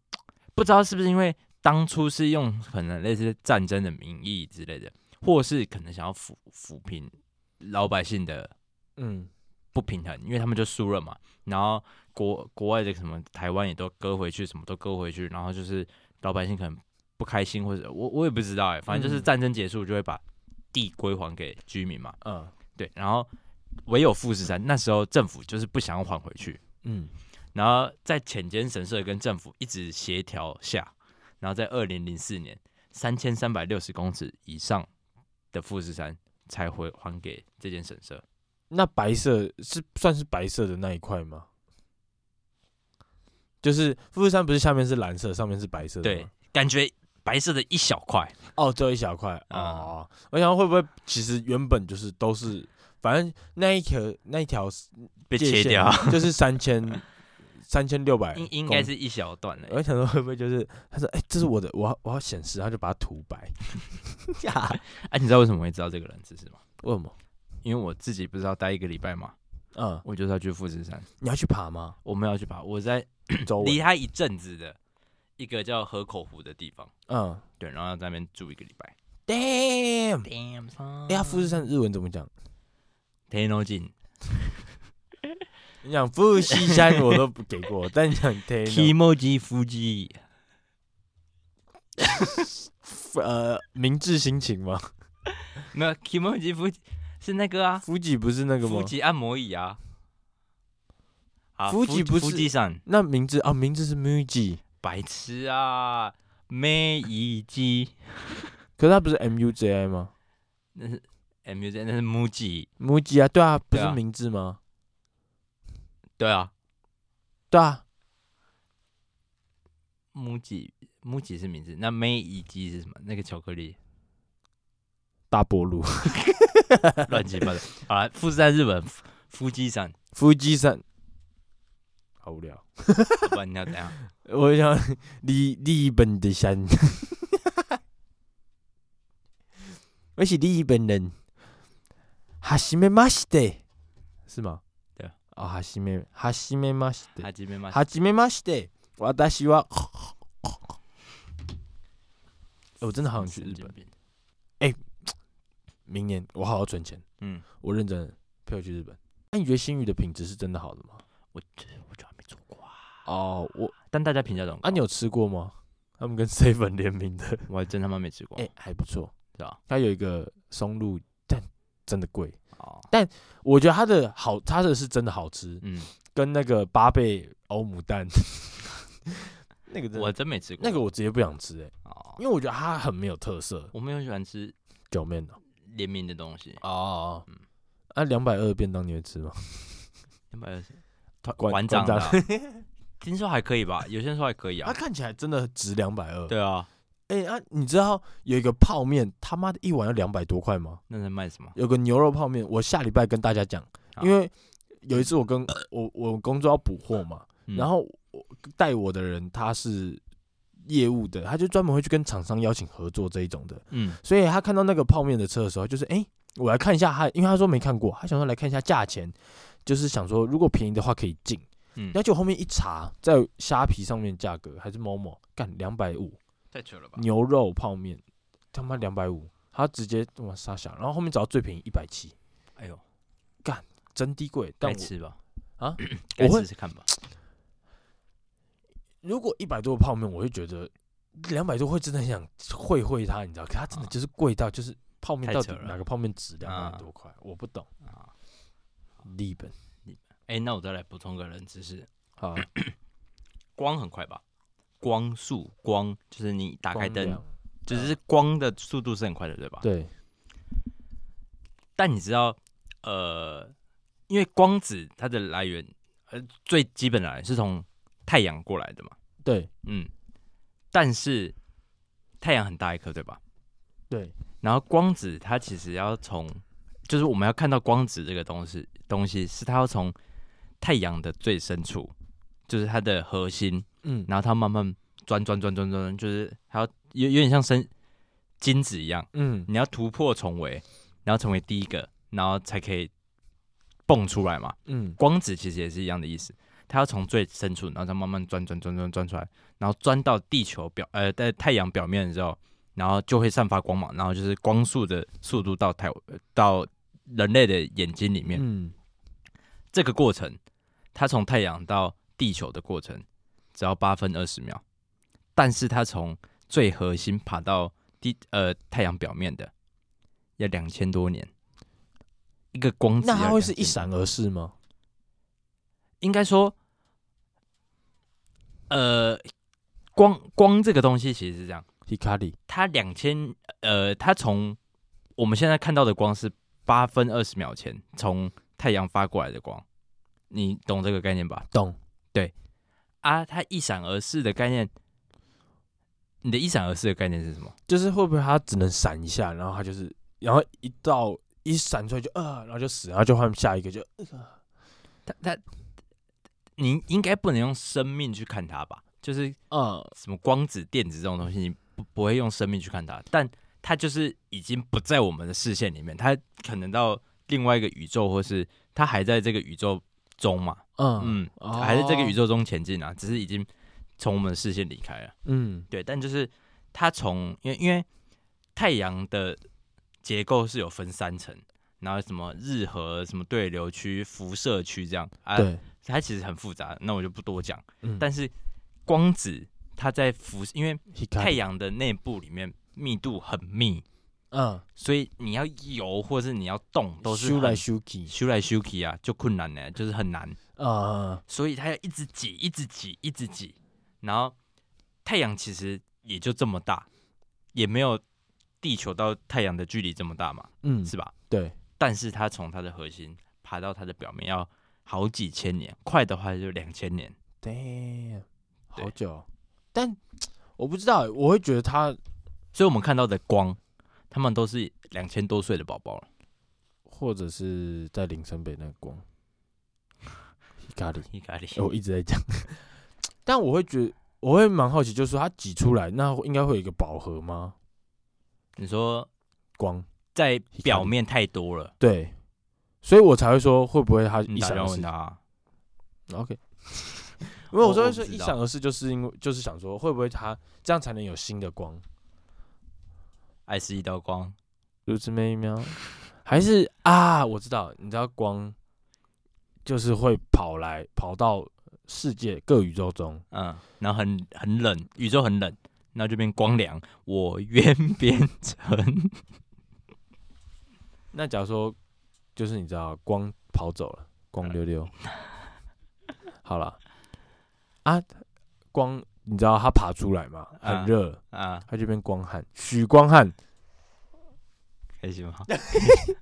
B: 不知道是不是因为当初是用可能类似战争的名义之类的，或是可能想要抚抚平老百姓的
A: 嗯
B: 不平衡，因为他们就输了嘛。然后国国外的什么台湾也都割回去，什么都割回去，然后就是老百姓可能不开心，或者我我也不知道哎、反正就是
A: 嗯
B: 战争结束就会把地归还给居民嘛。
A: 啊
B: 对，然后唯有富士山那时候政府就是不想要还回去，
A: 嗯
B: 然后在浅间神社跟政府一直协调下，然后在二零零四年，三千三百六十公尺以上的富士山才回还给这间神社。
A: 那白色是算是白色的那一块吗？就是富士山不是下面是蓝色，上面是白色的
B: 对
A: 吗？，
B: 感觉白色的一小块，
A: 哦，只有一小块
B: 嗯
A: 哦。我想会不会其实原本就是都是，反正那一条那一条
B: 被
A: 界
B: 切
A: 限
B: 掉，
A: 就是三千三千六百，
B: 应应该是一小段欸 了。
A: 我想说会不会就是他说哎、这是我的，我要我要显示，他就把它涂白。
B: 哎、你知道为什么会知道这个人知识吗？
A: 为什么？
B: 因为我自己不是要待一个礼拜嘛，
A: 嗯，
B: 我就是要去富士山，
A: 你要去爬吗？
B: 我们要去爬，我在
A: 周
B: 离
A: 围？
B: 他一阵子的一个叫河口湖的地方，
A: 嗯
B: 对，然后要在那边住一个礼拜。
A: ，Damn！
B: Damn，
A: 哎呀，富士山日文怎么讲？
B: 天龙井
A: 你讲富士山我都不给过，但你讲
B: k i
A: Damn，
B: m o j i Fuji，
A: 呃，明治心情吗？
B: 没有 k i m o j i Fuji 是那个啊，
A: 富吉不是那个
B: 腹
A: 吗？
B: 肌按摩椅啊。啊
A: Fuji 不是
B: 腹肌上
A: 那明治啊，明治是 Muji，
B: 白痴啊，美以肌，
A: 可是它不是 M U J I 吗
B: 那是 M U Z，那是 Muji，
A: ？Muji 啊，对啊，不
B: 对
A: 是
B: 啊
A: 明治吗？
B: 对啊
A: 对啊，
B: ，Muji Muji 是名字，那美以肌是什么？那个巧克 力，
A: 大波路。
B: 乱七八糟。好了，富士山日本富夫妻伞，
A: 夫妻伞，好无聊。
B: 要不然你要 怎样？
A: 我想日日本的山， 我是日本人。哈西梅马西的，是吗？
B: 对啊。
A: 啊，哈西梅哈西梅马西
B: 他
A: 的，
B: 这边嘛，
A: 哈西梅马西的，我达西 哇。我真的好想去日
B: 神经
A: 本，
B: 病。
A: 明年我好好存钱，
B: 嗯，
A: 我认真的陪我去日本。那、你觉得新宇的品质是真的好的吗？
B: 我我就还没做过啊，
A: 哦，我
B: 但大家评价都很高。
A: 啊，你有吃过吗？他们跟 seven 联名的，
B: 我还真他妈没吃过，
A: 哎、还不错。
B: 是吧？
A: 它有一个松露，但真的贵。
B: 哦，
A: 我觉得它的好，它的是真的好吃，
B: 嗯，
A: 跟那个八倍欧姆 蛋，那个真的
B: 我真没吃过
A: 那个我直接不想吃哎、
B: 哦，
A: 因为我觉得它很没有特色。
B: 我没有喜欢吃
A: 表面的
B: 联名的东西，
A: 哦
B: 嗯，
A: 啊，两百二的便当你会吃吗？
B: 两百二十，
A: 馆
B: 馆长的
A: 馆
B: 啊， 听说还可以吧？有些人说还可以
A: 它
B: 啊。
A: 看起来真的值两百二。
B: 对啊，
A: 哎啊，你知道有一个泡面他妈的一碗要两百多块吗？
B: 那在卖什么？
A: 有个牛肉泡面，我下礼拜跟大家讲，
B: 好
A: 因为有一次我跟我我工作要补货嘛，
B: 嗯
A: 然后我带我的人他是业务的，他就专门会去跟厂商邀请合作这一种的，
B: 嗯，
A: 所以他看到那个泡面的车的时候，就是哎、诶我来看一下他，因为他说没看过，他想说来看一下价钱，就是想说如果便宜的话可以进，
B: 嗯
A: 然后就后面一查，在虾皮上面价格还是某某干两百五
B: 太扯了吧？
A: 牛肉泡面，他妈两百五，他直接哇傻想，然后后面找到最便宜一百七。
B: 哎呦，
A: 真低贵，但
B: 该
A: 我
B: 吃吧？
A: 啊，
B: 该
A: 我会
B: 吃吃看吧。
A: 如果一百多的泡面，我会觉得两百多会真的很想会会它，你知道？可它真的
B: 啊
A: 就是贵到就是泡面
B: 太
A: 到
B: 扯
A: 底
B: 了
A: 哪个泡面值两
B: 啊
A: 百多块，我不懂。
B: 啊，
A: 日本
B: 哎，那我再来补充个冷知识，
A: 好，
B: 光很快吧？光速光就是你打开
A: 光
B: 灯
A: 亮，
B: 就是光的速度是很快的，对吧？
A: 对，
B: 但你知道，呃，因为光子它的来源，呃，最基本的来源是从太阳过来的嘛，
A: 对
B: 嗯，但是太阳很大一颗，对吧？
A: 对
B: 然后光子它其实要从，就是我们要看到光子这个东西，东西是它要从太阳的最深处，就是它的核心，
A: 嗯，
B: 然后它慢慢钻钻钻钻钻，就是还要有有点像生金子一样，
A: 嗯
B: 你要突破重围，然后成为第一个，然后才可以蹦出来嘛。
A: 嗯
B: 光子其实也是一样的意思，它要从最深处，然后再慢慢钻钻钻钻钻出来，然后钻到地球表呃在太阳表面的时候，然后就会散发光芒，然后就是光速的速度到太呃到人类的眼睛里面。
A: 嗯，
B: 这个过程，它从太阳到地球的过程只要八分二十秒，但是它从最核心爬到地呃太阳表面的要两千多年，一个光子
A: 那它
B: 要
A: 会是一
B: 2000
A: 闪而逝吗？
B: 应该说，呃，光光这个东西其实是这样，
A: h 卡里，
B: 它两千呃，它从我们现在看到的光是八分二十秒前从太阳发过来的光，你懂这个概念吧？
A: 懂？
B: 啊，它一闪而逝的概念，你的一闪而逝的概念是什么？
A: 就是会不会它只能闪一下，然后它就是，然后一到一闪出来就呃，然后就死，然后就换下一个就，
B: 它它，你应该不能用生命去看它吧？就是
A: 呃，
B: 什么光子、电子这种东西，你不不会用生命去看它，但它就是已经不在我们的视线里面，它可能到另外一个宇宙，或是它还在这个宇宙中嘛，
A: 嗯
B: 嗯，还在这个宇
A: 宙，
B: 宙中前进啊，只是已经从我们的视线离开了。
A: 嗯
B: 对，但就是它从因为因为太阳的结构是有分三层，然后什么日核、什么对流区、辐射区这样啊，
A: 对，
B: 它其实很复杂，那我就不多讲。
A: 嗯
B: 但是光子它在辐，因为
A: Hikari
B: 太阳的内部里面密度很密，
A: 嗯。
B: 所以你要游或是你要动都是
A: 修来
B: 很
A: 修去
B: 修来修去啊，就困难呢、就是很难。
A: 啊，
B: 所以它要一直挤，一直挤，一直挤。然后太阳其实也就这么大，也没有地球到太阳的距离这么大嘛，
A: 嗯，
B: 是吧？
A: 对，
B: 但是它从它的核心爬到它的表面要好几千年，快的话就两千年。
A: 对，好
B: 对
A: 久哦，但我不知道欸，我会觉得他
B: 所以我们看到的光，他们都是两千多岁的宝宝了。
A: 或者是在林森北那个光，咖喱，
B: 意大利，
A: 我哦一直在讲， 但我会觉我会蛮好奇，就是说它挤出来，那应该会有一个饱和吗？
B: 你说
A: 光
B: 在表面太多了，
A: 对，所以我才会说会不会它
B: 你
A: 一
B: 打
A: 闪
B: 电
A: 而
B: 话问
A: 逝
B: 他啊，
A: ？OK，因为我
B: 我
A: 说
B: 我
A: 是
B: 不知
A: 一
B: 道
A: 闪而逝，就是因为就是想说会不会它这样才能有新的光？
B: 爱是一道光，
A: 如此美妙，还是啊？我知道，你知道光就是会跑来跑到世界各宇宙中，
B: 嗯，然后很很冷，宇宙很冷，然后就变光凉，我愿变成
A: 那假如说，就是你知道光跑走了，光溜 溜，好了啊，光你知道它爬出来嘛，很
B: 啊
A: 热，
B: 啊，
A: 它就变光汉，许光汉，
B: 开心吗？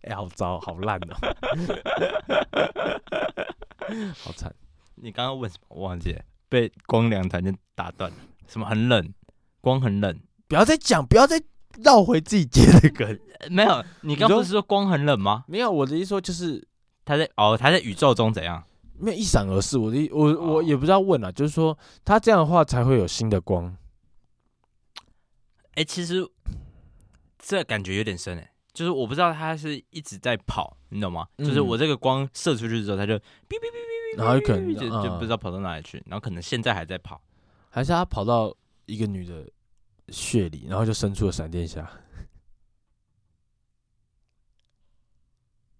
A: 哎、好糟，好烂哦、 好惨，
B: 你刚刚问什么？我忘记了，被光凉团就打断了。什么很冷？光很冷？
A: 不要再讲，不要再绕回自己接的梗，
B: 呃没有，你刚
A: 你说
B: 不是说光很冷吗？
A: 没有，我的意思说就是
B: 他在哦，他在宇宙中怎样？
A: 没有一闪而逝，我的意我
B: 哦
A: 我也不知道问啊，就是说它这样的话才会有新的光，
B: 哎、其实这感觉有点深哎、就是我不知道他是一直在跑，你懂吗？就是
A: 嗯
B: 我这个光射出去之后，他就哔哔
A: 然后有可能
B: 哔，就就
A: 嗯
B: 不知道跑到哪里去，然后可能现在还在跑。
A: 还是他跑到一个女的血里，然后就伸出了闪电侠。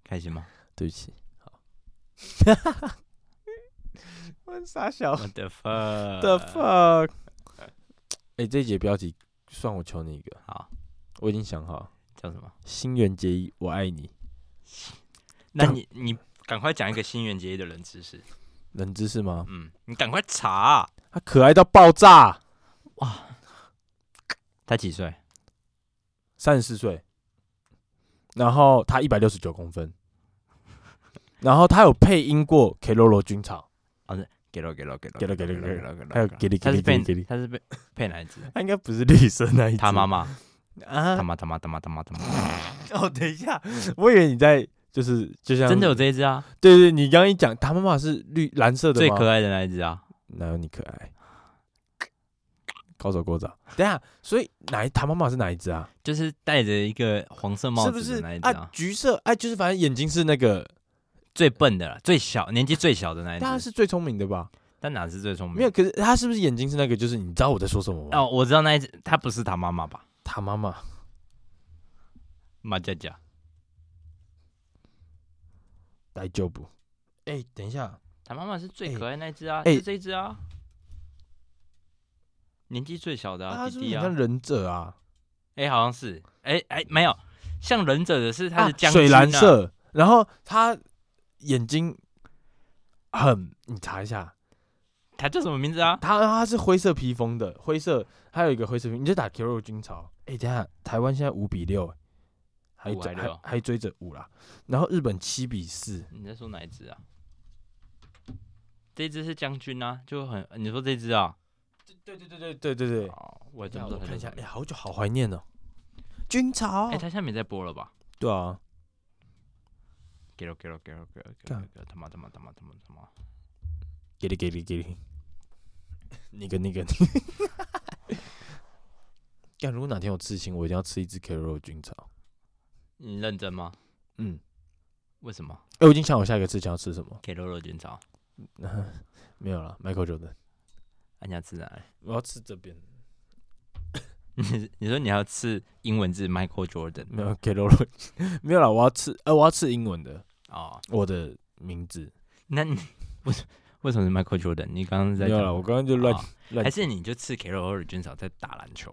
B: 开心吗
A: 对不起，好， 我傻 小
B: ？What the fuck？
A: 的 fuck。哎、这一节标题算我求你一个，
B: 好，
A: 我已经想好了，
B: 叫什么？
A: 新垣结衣，我爱你。
B: 那
A: 干
B: 你你赶快讲一个新垣结衣的冷知识。
A: 冷知识吗？
B: 嗯，你赶快查、
A: 他可爱到爆炸，
B: 他几岁？
A: 三十四岁，然后他一百六十九公分，然后他有配音过《K 罗罗军草
B: 给了给了给了
A: 给了给了给
B: 了给了
A: 还有给力给
B: 他
A: 力
B: 是
A: 给力
B: 被
A: 给力
B: 他是被配哪一只？》，
A: 他应该不是绿色那一
B: 他妈妈，
A: 啊
B: 他妈他妈他妈他妈他妈，
A: 哦，等一下，我以为你在就是就像
B: 真的有这一只啊，
A: 对对，你刚刚一讲，他妈妈是绿蓝色的
B: 最
A: 吗
B: 可爱的那一只啊，
A: 哪有你可爱？高手过招。等一下，所以哪一他妈妈是哪一只啊？
B: 就是戴着一个黄色帽
A: 是不
B: 子
A: 是
B: 的那一只
A: 啊
B: 啊？，
A: 橘色哎、就是反正眼睛是那个，
B: 最笨的了，最小年纪最小的那
A: 但他
B: 一只，
A: 啊是最聪明的吧？
B: 但哪只最聪明？
A: 没有，可是他是不是眼睛是那个？就是你知道我在说什么吗？
B: 哦，我知道那一只，他不是他妈妈吧？
A: 他妈妈
B: 马佳佳，
A: 来救不？哎、等一下，
B: 他妈妈是最
A: 哎
B: 可爱那一只啊，
A: 哎
B: 就这一只啊，年纪最小的
A: 啊
B: 啊，
A: 他是
B: 弟
A: 不是
B: 弟
A: 很
B: 啊，
A: 像忍者啊？
B: 哎，好像是，哎哎，没有，像忍者的是他
A: 啊
B: 是将
A: 水蓝
B: 军啊，
A: 色，然后他眼睛很，你查一下，
B: 他叫什么名字啊？
A: 他他是灰色披风的，灰色还有一个灰色披风，你就打 Q 肉军曹。哎、等一下台湾现在五比六，还
B: 五
A: 追
B: 还
A: 还
B: 六
A: 还追着五啦。然后日本七比四，
B: 你在说哪一只啊？这一只是将军啊，就很你说这只啊？
A: 对对对对对对对。
B: 哦，我也真
A: 等
B: 不
A: 一
B: 知
A: 下
B: 道
A: 我看一下，
B: 它叫
A: 哦
B: 什
A: 哎、
B: 么。
A: 好久，好怀念哦。军曹，
B: 哎，它下面在播了吧？
A: 对啊，
B: 给了给了给了给了给
A: 干
B: 了给了，他妈他妈他妈他妈他妈！
A: 给力给力给 力，那个那个。但如果哪天有刺青，我一定要吃一只 Q 肉军曹。
B: 你认真吗？
A: 嗯，
B: 为什么？
A: 哎、我已经想好下一个刺青要吃什么。
B: 给肉肉卷草，
A: 没有了，Michael Jordan，
B: 按下吃哪里？
A: 我要吃这边。
B: 你你说你要吃英文字 Michael Jordan
A: 没有 K 罗罗， 没有啦，我要吃，呃，我要吃英文的，
B: 哦？
A: 我的名字。
B: 那你为什为什么是 Michael Jordan？你刚刚在
A: 没有
B: 讲
A: 啦，我刚刚就乱
B: 哦
A: 乱
B: 还是你就吃给肉肉卷草在打篮球？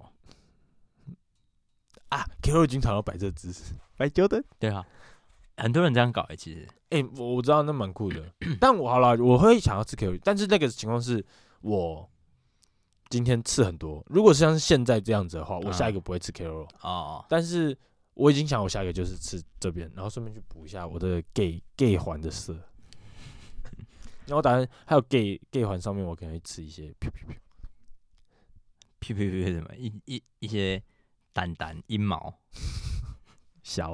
A: 啊，K 罗经常要摆这姿势，摆久的。
B: 对啊，很多人这样搞哎，其实
A: 哎、我我知道那蛮酷的，但我好啦，我会想要吃 K 罗，但是那个情况是我今天吃很多。如果是像是现在这样子的话，我
B: 嗯
A: 下一个不会吃 K 罗，
B: 哦，
A: 但是我已经想我下一个就是吃这边，然后顺便去补一下我的 gay gay 环的色。 然后我打算还有 gay gay 环上面，我可能会吃一些
B: 屁屁屁什么一一一些蛋蛋阴毛，
A: 小，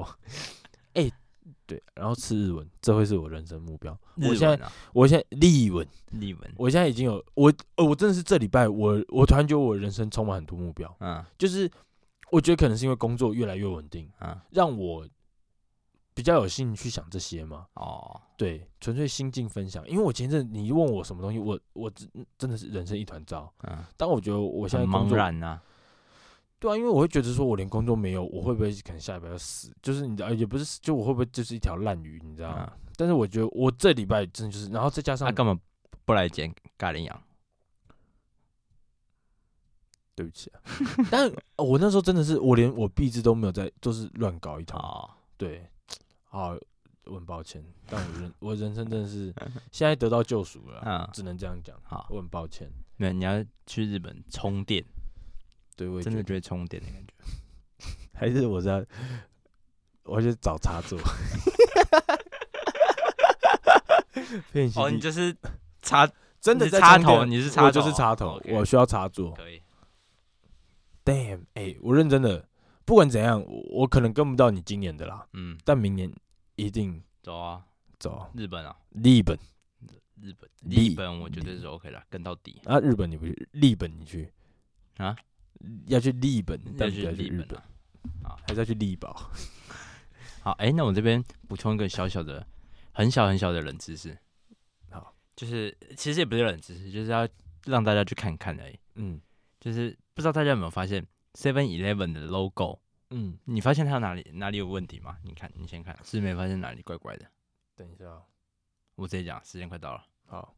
A: 哎、对，然后吃日文，这会是我人生目标。
B: 日
A: 我现在
B: 文啊，
A: 我现在立文，
B: 例文，
A: 我现在已经有我呃，我真的是这礼拜我我突然觉得我人生充满很多目标，
B: 嗯
A: 就是我觉得可能是因为工作越来越稳定，
B: 嗯，
A: 让我比较有兴趣去想这些嘛。
B: 哦，
A: 对，纯粹心境分享。因为我前阵你问我什么东西，我我真真的是人生一团糟。
B: 嗯，
A: 但我觉得我现在
B: 很
A: 工
B: 茫
A: 作
B: 然呐，
A: 对啊，因为我会觉得说，我连工作没有，我会不会可能下一拜要死？就是你知道，也不是死，就我会不会就是一条烂鱼，你知道吗？
B: 啊，
A: 但是我觉得我这礼拜真的就是，然后再加上、
B: 他干嘛不来捡咖喱羊？
A: 对不起、啊， 但呃我那时候真的是，我连我壁纸都没有在，就是乱搞一通。
B: 哦，
A: 对，啊好，我很抱歉，但我 人我人生真的是现在得到救赎了啊，
B: 嗯，
A: 只能这样讲。
B: 好，
A: 我很抱歉，
B: 没有，你要去日本充电，
A: 对我也
B: 真的
A: 觉
B: 觉得充电的感觉。
A: 得还是我在，我去找插 座。变形
B: 哦，
A: 计
B: 你就是插
A: 真的
B: 你是
A: 在
B: 插
A: 充电
B: 头你是插
A: 我就是
B: 头啊
A: 插头，
B: OK
A: 我需要插座。
B: 可以，
A: Damn，哎、我认真的，不管怎样，我我可能跟不到你今年的啦，
B: 嗯，
A: 但明年一定
B: 走啊，
A: 走
B: 日本啊，
A: 日本
B: 日本，
A: 立
B: 日本我觉得是 OK 了，跟到底
A: 啊，日本你不去，日本你去
B: 啊，
A: 要去日本，
B: 要
A: 但不
B: 去
A: 要去
B: 日
A: 日
B: 本
A: 本，
B: 啊。
A: 还是要去力宝。
B: 好，哎、那我这边补充一个小小的、很小很小的冷知识。
A: 好，
B: 就是其实也不是冷知识，就是要让大家去看看而已。
A: 嗯
B: 就是不知道大家有没有发现 Seven Eleven 的 logo，
A: 嗯，
B: 你发现它有哪里哪里有问题吗？你看，你先看，是没发现哪里怪怪的。
A: 等一下哦，
B: 我直接讲，时间快到了。
A: 好，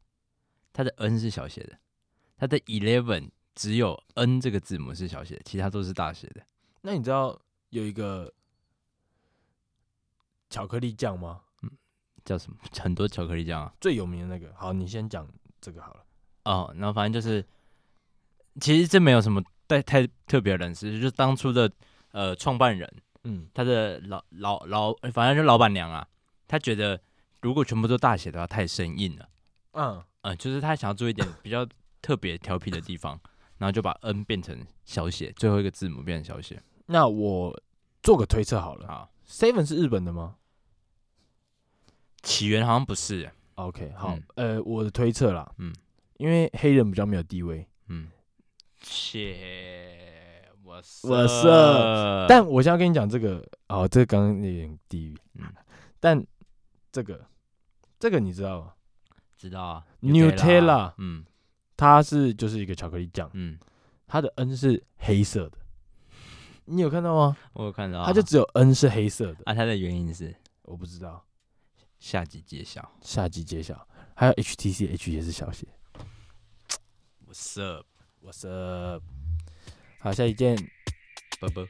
B: 它的 N 是小写的，它的 Eleven 只有 N 这个字母是小写的，其他都是大写的。
A: 那你知道有一个巧克力酱吗？
B: 叫什么？很多巧克力酱啊。
A: 最有名的那个，好，你先讲这个好了。
B: 哦，然后反正就是，其实这没有什么太太特别的人事，就是当初的呃创办人，
A: 嗯
B: 他的老老老，呃反正就老板娘啊，她觉得如果全部都大写的话太生硬了，
A: 嗯，
B: 嗯、就是她想要做一点比较特别调皮的地方，然后就把 N 变成小写，最后一个字母变成小写。
A: 那我做个推测好了
B: 好，
A: ，Seven 是日本的吗？
B: 起源好像不是，
A: OK，好，
B: 嗯
A: 呃，我的推测啦，
B: 嗯
A: 嗯，因为黑人比较没有地位，
B: 嗯，切，我
A: 我
B: 色
A: 色，
B: 啊
A: 但我现在跟你讲这个，哦，这个刚刚有点地狱，
B: 嗯
A: 但这个这个你知道吗
B: 知道啊
A: Nutella
B: 嗯
A: 它是就是一个巧克力酱，
B: 嗯，
A: 它的 N 是黑色的，你有看到吗？
B: 我有看到啊，
A: 它就只有 N 是黑色的，
B: 啊，它的原因是
A: 我不知道，
B: 下集揭晓。
A: 下集揭晓。还有 HTC H 也是小写
B: ，What's up，
A: ，What's up？好，下一件。
B: 啵啵。